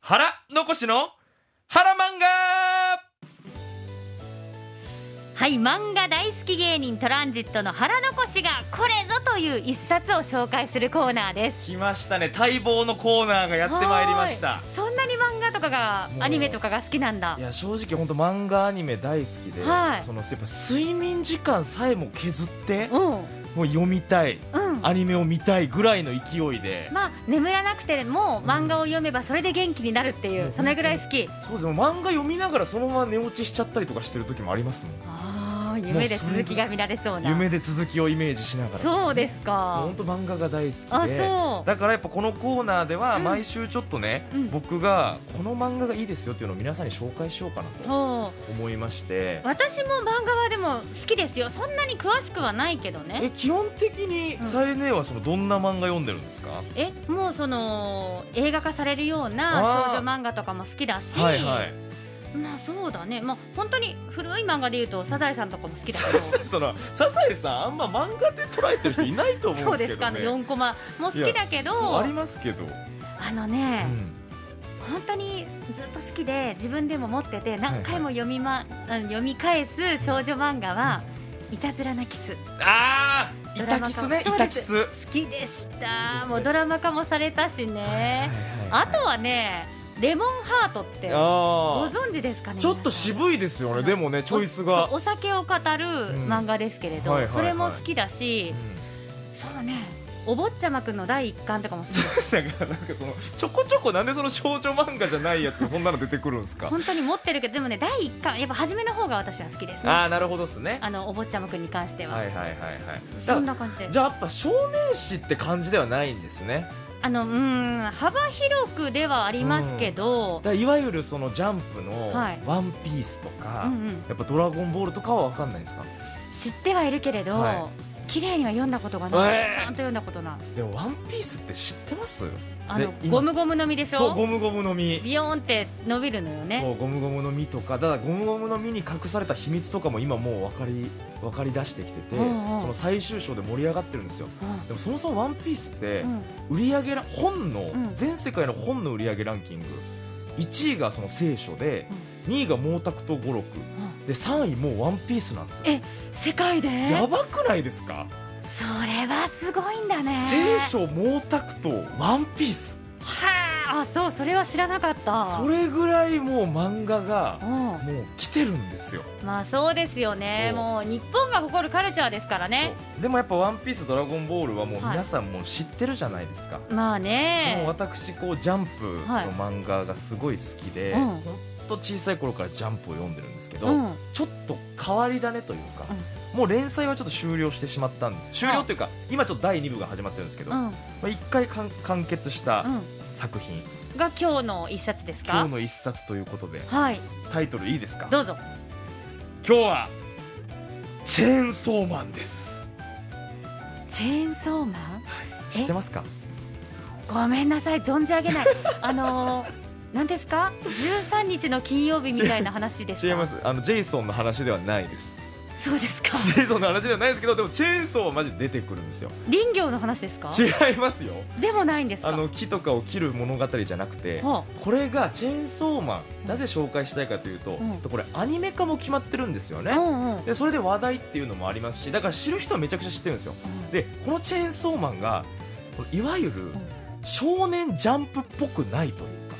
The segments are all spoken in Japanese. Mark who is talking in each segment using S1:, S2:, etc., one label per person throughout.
S1: 腹残しの腹漫画
S2: はい漫画大好き芸人トランジットの腹残しがこれぞという一冊を紹介するコーナーです
S1: 来ましたね待望のコーナーがやってまいりました
S2: はーいそんなに漫画とかが
S1: もう
S2: アニメとかが好きなんだ
S1: いや正直本当漫画アニメ大好きで、
S2: はい
S1: そのやっぱ睡眠時間さえも削って
S2: うん
S1: もう読みたい
S2: うん
S1: アニメを見たいぐらいの勢いで、
S2: まあ眠らなくても
S1: うん
S2: 漫画を読めばそれで元気になるっていう、
S1: うん
S2: それぐらい好き
S1: そうですね漫画読みながらそのまま寝落ちしちゃったりとかしてる時もありますもん
S2: ああ夢で続きが見られそうな
S1: 夢で続きをイメージしながら
S2: そうです
S1: もう
S2: か
S1: 本当漫画が大好
S2: あ
S1: きで
S2: そう
S1: だからやっぱこのコーナーでは
S2: うん
S1: 毎週ちょっとね、
S2: うん
S1: 僕がこの漫画がいいですよっていうのを皆さんに紹介しようかなと
S2: ほう
S1: 思いまして
S2: 私も漫画はでも好きですよそんなに詳しくはないけど
S1: え
S2: ね
S1: 基本的に
S2: うん
S1: さえねえはそのどんな漫画読んでるんですか、
S2: えもうその映画化されるような
S1: あー
S2: 少女漫画とかも好きだし、
S1: はいはい
S2: まあそうだねまあ本当に古い漫画で言うと「サザエさん」とかも好きだけど
S1: そのサザエさんあんま漫画で捉えてる人いないと思
S2: そ
S1: うん
S2: う
S1: で
S2: です
S1: け
S2: す
S1: ど
S2: か
S1: ね
S2: ね4コマも好きだけ
S1: そう
S2: ど
S1: あ
S2: あ
S1: りますけど、
S2: の
S1: う
S2: ね、
S1: ん
S2: 本当にずっと好きで自分でも持ってて何回も読み,、まあの読み返す少女漫画は「いたずらなキス」
S1: ああ
S2: ド
S1: イタ
S2: ラマ
S1: キ
S2: 化
S1: ス
S2: も
S1: ねイ
S2: そう
S1: タ
S2: で
S1: キ
S2: す
S1: スはい
S2: 好き
S1: い
S2: でした
S1: いですね
S2: もうドラマ化もされたしね、
S1: はいはい
S2: あとはね「レモンハート」ってご
S1: あー
S2: 存知ですかね
S1: ちょっと渋いですよねでもねチョイスが
S2: おお酒を語る漫画ですけれど、
S1: うんはいはいはい
S2: それも好きだし、
S1: うん
S2: そうねお坊ちゃまくんの第一巻とかも好き です
S1: なんかなんかそのちょこちょこなんでその少女漫画じゃないやつそんなの出てくるんですか
S2: 本当に持ってるけどでもね第一巻やっぱ初めの方が私は好きですね
S1: あ
S2: あ
S1: あなるほどっすね
S2: のお坊ちゃまくんに関しては、
S1: はいはいはいはい
S2: そ
S1: だ
S2: んな感じで
S1: じゃあやっぱ少年誌って感じではないんですね
S2: あのうーん幅広くではありますけど
S1: だ、からいわゆるそのジャンプの
S2: はい
S1: 「ワンピースと
S2: う
S1: か、
S2: んうん、
S1: やっぱ「ドラゴンボール」とかは分かんないんですか
S2: 知ってはいるけれど、
S1: は
S2: 綺麗には読んだことがない、
S1: えー
S2: ちゃんと読んだことない
S1: でも「ワンピースって知ってます
S2: あの
S1: で今
S2: ゴムゴムの実でし
S1: そう
S2: ょ
S1: ゴムゴムの実
S2: ビヨーンって伸びるのよ
S1: そ
S2: ね
S1: うゴムゴムの実とかだからゴムゴムの実に隠された秘密とかも今もう分かり分かり出してきてて、
S2: うんうん
S1: その最終章で盛り上がってるんですよでもそもそも「ワンピースって、
S2: うん
S1: 売り上げら本の、
S2: うん
S1: 全世界の本の売り上げランキング1位がその聖書で、2位が毛沢東五六で3位もうワンピースなんですよ
S2: え世界で
S1: やばくないですか、
S2: それはすごいんだね
S1: 聖書毛沢東ワンピース
S2: はああそうそれは知らなかった
S1: それぐらいもう漫画が
S2: うん
S1: もう来てるんですよ
S2: まあそうですよね
S1: そう
S2: もう日本が誇るカルチャーですからね
S1: そうでもやっぱ「ワンピースドラゴンボールはもう
S2: はい
S1: 皆さんもう知ってるじゃないですか、
S2: まあ
S1: もう
S2: ね
S1: 私こうジャンプの
S2: はい
S1: 漫画がすごい好きで、
S2: うん
S1: ほんと小さい頃からジャンプを読んでるんですけど、
S2: うん
S1: ちょっと変わり種というか、もう連載はちょっと終了してしまったんです終了というか、今ちょっと第2部が始まってるんですけど、
S2: う
S1: ま
S2: ん
S1: あ、1回完完結した
S2: う
S1: 作品、
S2: んが今日の一冊です
S1: 今
S2: か
S1: 日の一冊ということで
S2: はい
S1: タイトルいいですか今
S2: どうぞ
S1: 日はチェーンソーマンです
S2: チェーンソーマンえ
S1: 知ってますか
S2: ごめんなさい存じ上 げないあのー何ですか13日の金曜日みたいな話です か
S1: 違いますあのジェイソンの話ではないです
S2: そうで すか
S1: ジェイソンの話ではないですけどでもチェーンソーはマジで出てくるんですよ
S2: 林業の話ですか
S1: 違いますよ
S2: でもないんですか
S1: あの木とかを切る物語じゃなくて
S2: ほ
S1: これがチェーンソーマンなぜ紹介したいかというと、
S2: うん
S1: これアニメ化も決まってるんですよ
S2: う
S1: ね、
S2: うんうん
S1: でそれで話題っていうのもありますしだから知る人はめちゃくちゃ知ってるんですよでこのチェーンソーマンがこのいわゆる少年ジャンプっぽくないというか、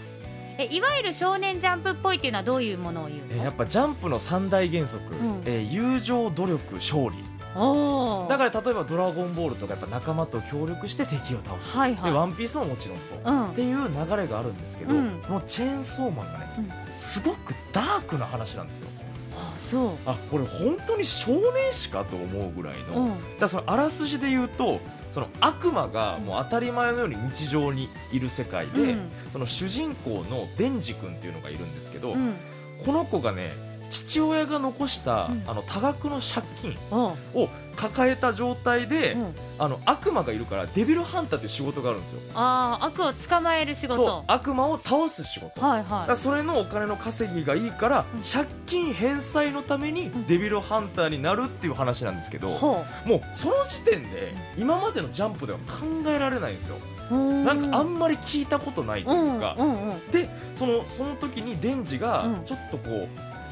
S2: えいわゆる少年ジャンプっぽいっていうのはどういうものを言う
S1: えー
S2: の
S1: やっぱジャンプの三大原則、
S2: ん
S1: えー友情努力勝利
S2: おー
S1: だから例えば「ドラゴンボール」とかやっぱ仲間と協力して敵を倒す、
S2: はい
S1: で「ワ
S2: は
S1: ンピースももちろんそう、
S2: い、う
S1: っ
S2: ん
S1: ていう流れがあるんですけど、
S2: うん
S1: このチェーンソーマンがね、すごくダークな話なんですよ
S2: あそう
S1: あこれ本当に少年誌かと思うぐらいの、
S2: うん
S1: だからそのあらすじで言うとその悪魔がもう当たり前のように日常にいる世界で、
S2: うん
S1: その主人公のデンジ君っていうのがいるんですけど、
S2: うん
S1: この子がね父親が残した、
S2: うん
S1: あの多額の借金
S2: おう
S1: を抱えた状態で、
S2: うん
S1: あの悪魔がいるからデビルハンターっていう仕事があるんですよ
S2: あー悪を捕まえる仕
S1: そう
S2: 事
S1: 悪魔を倒す仕事、
S2: はい
S1: だから
S2: は
S1: それのお金の稼ぎがいいから、
S2: うん
S1: 借金返済のために
S2: ん
S1: デビルハンターになるっていう話なんですけど、
S2: いほ
S1: もうその時点で今までのジャンプでは考えられないんですよ
S2: う
S1: なんかあ
S2: ま
S1: んまり聞いたことないというか、でそのその時にデンジが
S2: うん
S1: ちょっとこう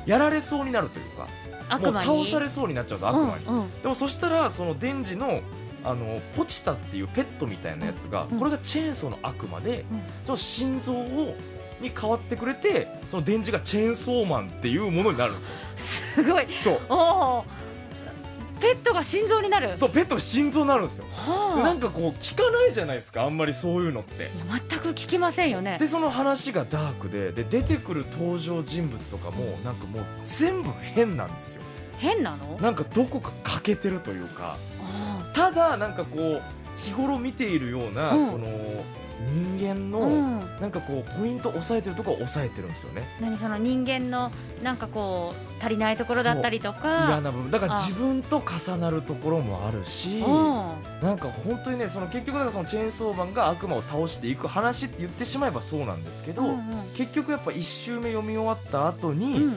S1: やられそうになるというか、も
S2: 悪
S1: う
S2: 魔に
S1: 倒されそうになっちゃうんです悪魔に、
S2: うんうん
S1: でもそしたらそのデンジのあのポチタっていうペットみたいなやつが、
S2: うん
S1: これがチェーンソーの悪魔で、
S2: うん
S1: その心臓をに変わってくれてそのデンジがチェーンソーマンっていうものになるんです よ
S2: すごい
S1: そう
S2: おおペットが心臓になる
S1: そうペットが心臓になるんですよでな
S2: は
S1: んかこう聞かないじゃないですかあんまりそういうのって
S2: あいや全く聞きませんよね
S1: でその話がダークでで出てくる登場人物とかもなんかもう全部変なんですよ
S2: 変なの
S1: なんかどこか欠けてるというか
S2: あ
S1: ただなんかこう日頃見ているような、
S2: うん
S1: この人間の、
S2: あうん
S1: なんかこうポイント押さえてるとこは押さえてるんですよね
S2: 何その人間のなんかこう足りないところだったりと
S1: 嫌
S2: か
S1: な部分だから
S2: あ
S1: 自分と重なるところもあるし
S2: うん
S1: なんか本当にねその結局なんかそのチェーンソーマンが悪魔を倒していく話って言ってしまえばそうなんですけど、
S2: うんうん
S1: 結局やっぱ1周目読み終わった後に、
S2: うん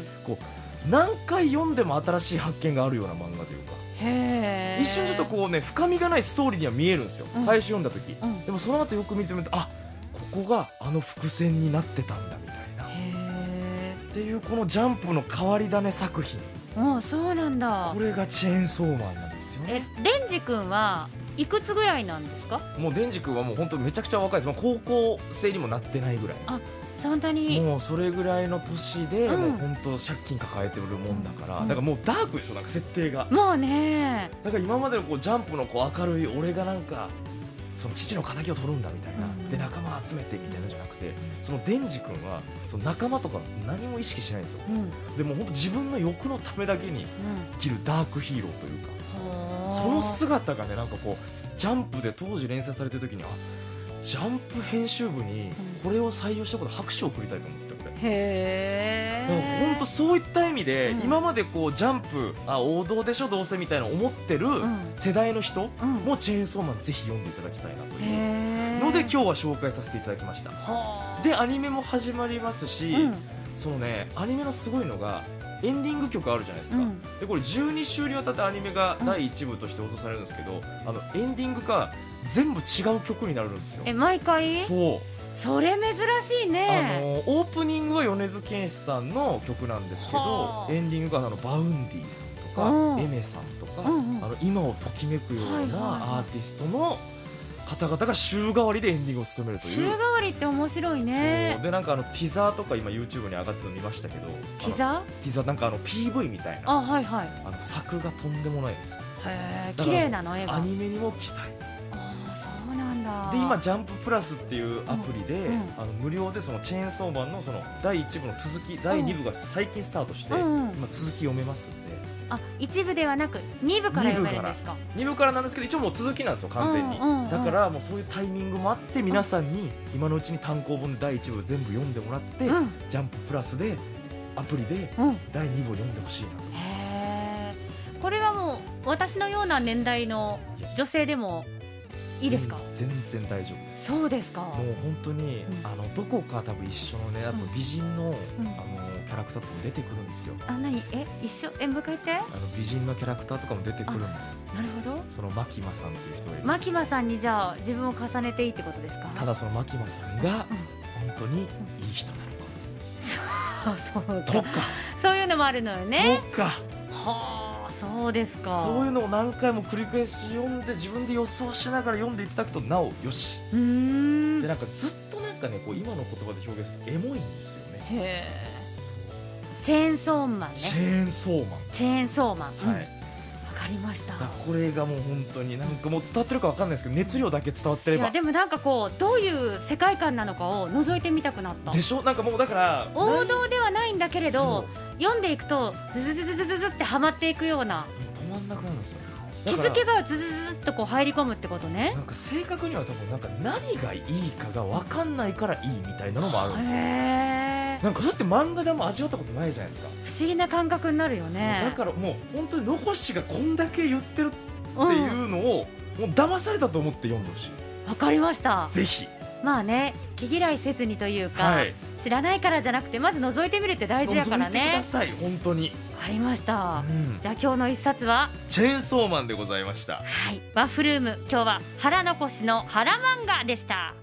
S1: 何回読んでも新しい発見があるような漫画というか、
S2: へえ
S1: 一瞬ちょっとこうね深みがないストーリーには見えるんですよ、
S2: うん
S1: 最初読んだ時
S2: うんへ
S1: でもその後よく見てみるとあここがあの伏線になってたんだみたいな
S2: え
S1: っていうこのジャンプの変わり種作品
S2: うんそうなんだ
S1: これがチェーンソーマンなんですよ
S2: えレンジ君はいくつぐらいなんですか
S1: もうデンジ君はもう本当めちゃくちゃ若いですもう高校生にもなってないぐらい
S2: そんなに
S1: もうそれぐらいの年で、
S2: うん
S1: もう本当借金抱えてるもんだから、
S2: うん
S1: だからもうダークでしょなんか設定が
S2: もうね
S1: なんか今までのこうジャンプのこう明るい俺がなんかその父の敵を取るんだみたいな、
S2: うん
S1: で仲間集めてみたいなのじゃなくてそのデンジ君はその仲間とか何も意識しないんですよ
S2: うんうん
S1: でも本当自分の欲のためだけに生きるダークヒーローというか
S2: ほー
S1: その姿がねなんかこうジャンプで当時連載されてる時にはジャンプ編集部にこれを採用したことで拍手を送りたいと思って俺
S2: へ
S1: でも
S2: え
S1: 本当そういった意味で、
S2: うん
S1: 今までこうジャンプあ王道でしょどうせみたいな思ってる
S2: うん
S1: 世代の人
S2: うん
S1: もうチェーンソーマンぜひ読んでいただきたいなという
S2: へえ
S1: ので今日は紹介させていただきました
S2: はあ
S1: でアニメも始まりますし、
S2: うん
S1: そのねアニメのすごいのがエンディング曲あるじゃないです
S2: う
S1: か、
S2: ん
S1: でこれ12週にわたってアニメが第1部として放送されるんですけど、あのエンディングが全部違う曲になるんですよ
S2: え毎回
S1: そう、
S2: それ珍しい
S1: あ
S2: ね
S1: のオープニングは米津玄師さんの曲なんですけど
S2: はあ
S1: エンディングがあのバウンディさんと
S2: う
S1: か
S2: ん
S1: エメさんとか、
S2: うんうん
S1: あの今をときめくよ
S2: は
S1: う
S2: いはい
S1: なアーティストの方々が週替わりでエンディングを務めると
S2: 週
S1: いう
S2: 替。わりって面白い
S1: そう
S2: ね
S1: でなんかあのティザーとか今 YouTube に上がってるの見ましたけど
S2: ティザー
S1: あのティザーなんかあの PV みたいな
S2: あはいはい
S1: あの作がとんでもないです
S2: へえ
S1: だから
S2: 綺麗なの絵が
S1: アニメにも期待
S2: ああそうなんだ
S1: で今ジャンププラスっていうアプリで、
S2: うんうん
S1: あの無料でそのチェーンソーマンのその第1部の続き第2部が最近スタートして、
S2: うんうん
S1: 今続き読めますんで
S2: あ一部ではなく二部から読めるんですか
S1: 2部からなんですけど一応もう続きなんですよ完全に、
S2: うんうんうん
S1: だからもうそういうタイミングもあって皆さんに今のうちに単行本で第1部全部読んでもらって、
S2: うん
S1: ジャンププラスでアプリで
S2: うん
S1: 第2部を読んでほしいなと
S2: へえこれはもう私のような年代の女性でもいいですか
S1: 全全然大丈夫
S2: そうですか
S1: もう本当に、
S2: うん
S1: あのどこか多分一緒のねやっぱ美人の,、
S2: うん
S1: あのキャラクターとかも出てくるんですよ
S2: あ何え一緒え迎えて
S1: あの美人のキャラクターとかも出てくるんです
S2: なるほど
S1: そのマキマさんという人がいるんで
S2: マ
S1: す
S2: キマさんにじゃあ自分を重ねていいってことですか
S1: ただそのマキマさんが本当にいい人なの
S2: あそう
S1: か、
S2: だそういうのもあるのよね
S1: とか
S2: はあそうですか
S1: そういうのを何回も繰り返し読んで自分で予想しながら読んでいただくとなおよし
S2: うーん
S1: でなんかずっとなんかねこう今の言葉で表現するとエモいんですよね
S2: へえ
S1: そう
S2: チェーンソーマンね
S1: チェーンソーマン
S2: チェーンソーマン、うん
S1: はい、
S2: わかりました
S1: だからこれがもう本当になんかもう伝わってるかわかんないですけど熱量だけ伝わってれ
S2: い
S1: ば
S2: やでもなんかこうどういう世界観なのかを覗いてみたくなった
S1: でしょなんかもうだから
S2: 王
S1: なん
S2: 道ではないんだけれど読んでいくとズズズズズズズってはまっていくような
S1: そう止まんなくなるんですよ
S2: 気
S1: だから
S2: づけばズズズズっとこう入り込むってことね
S1: なんか正確には多分なんか何がいいかが分かんないからいいみたいなのもあるんですよ
S2: へえ
S1: なんかだって漫画でも味わったことないじゃないですか、
S2: 不思議な感覚になるよね
S1: そうだからもう本当に残しがこんだけ言ってるって
S2: うん
S1: いうのを、もう騙されたと思って読んでほしい
S2: わかりました
S1: ぜひ
S2: まあね毛嫌いせずにというか、
S1: はい
S2: 知らないからじゃなくてまず覗いてみるって大事やから
S1: 覗いてくだ
S2: ね
S1: さい本当に
S2: かりました
S1: うん
S2: じゃあ今日の一冊は
S1: チェーンソーマンでございました
S2: はいワッフルーム今日は腹残しの腹漫画でした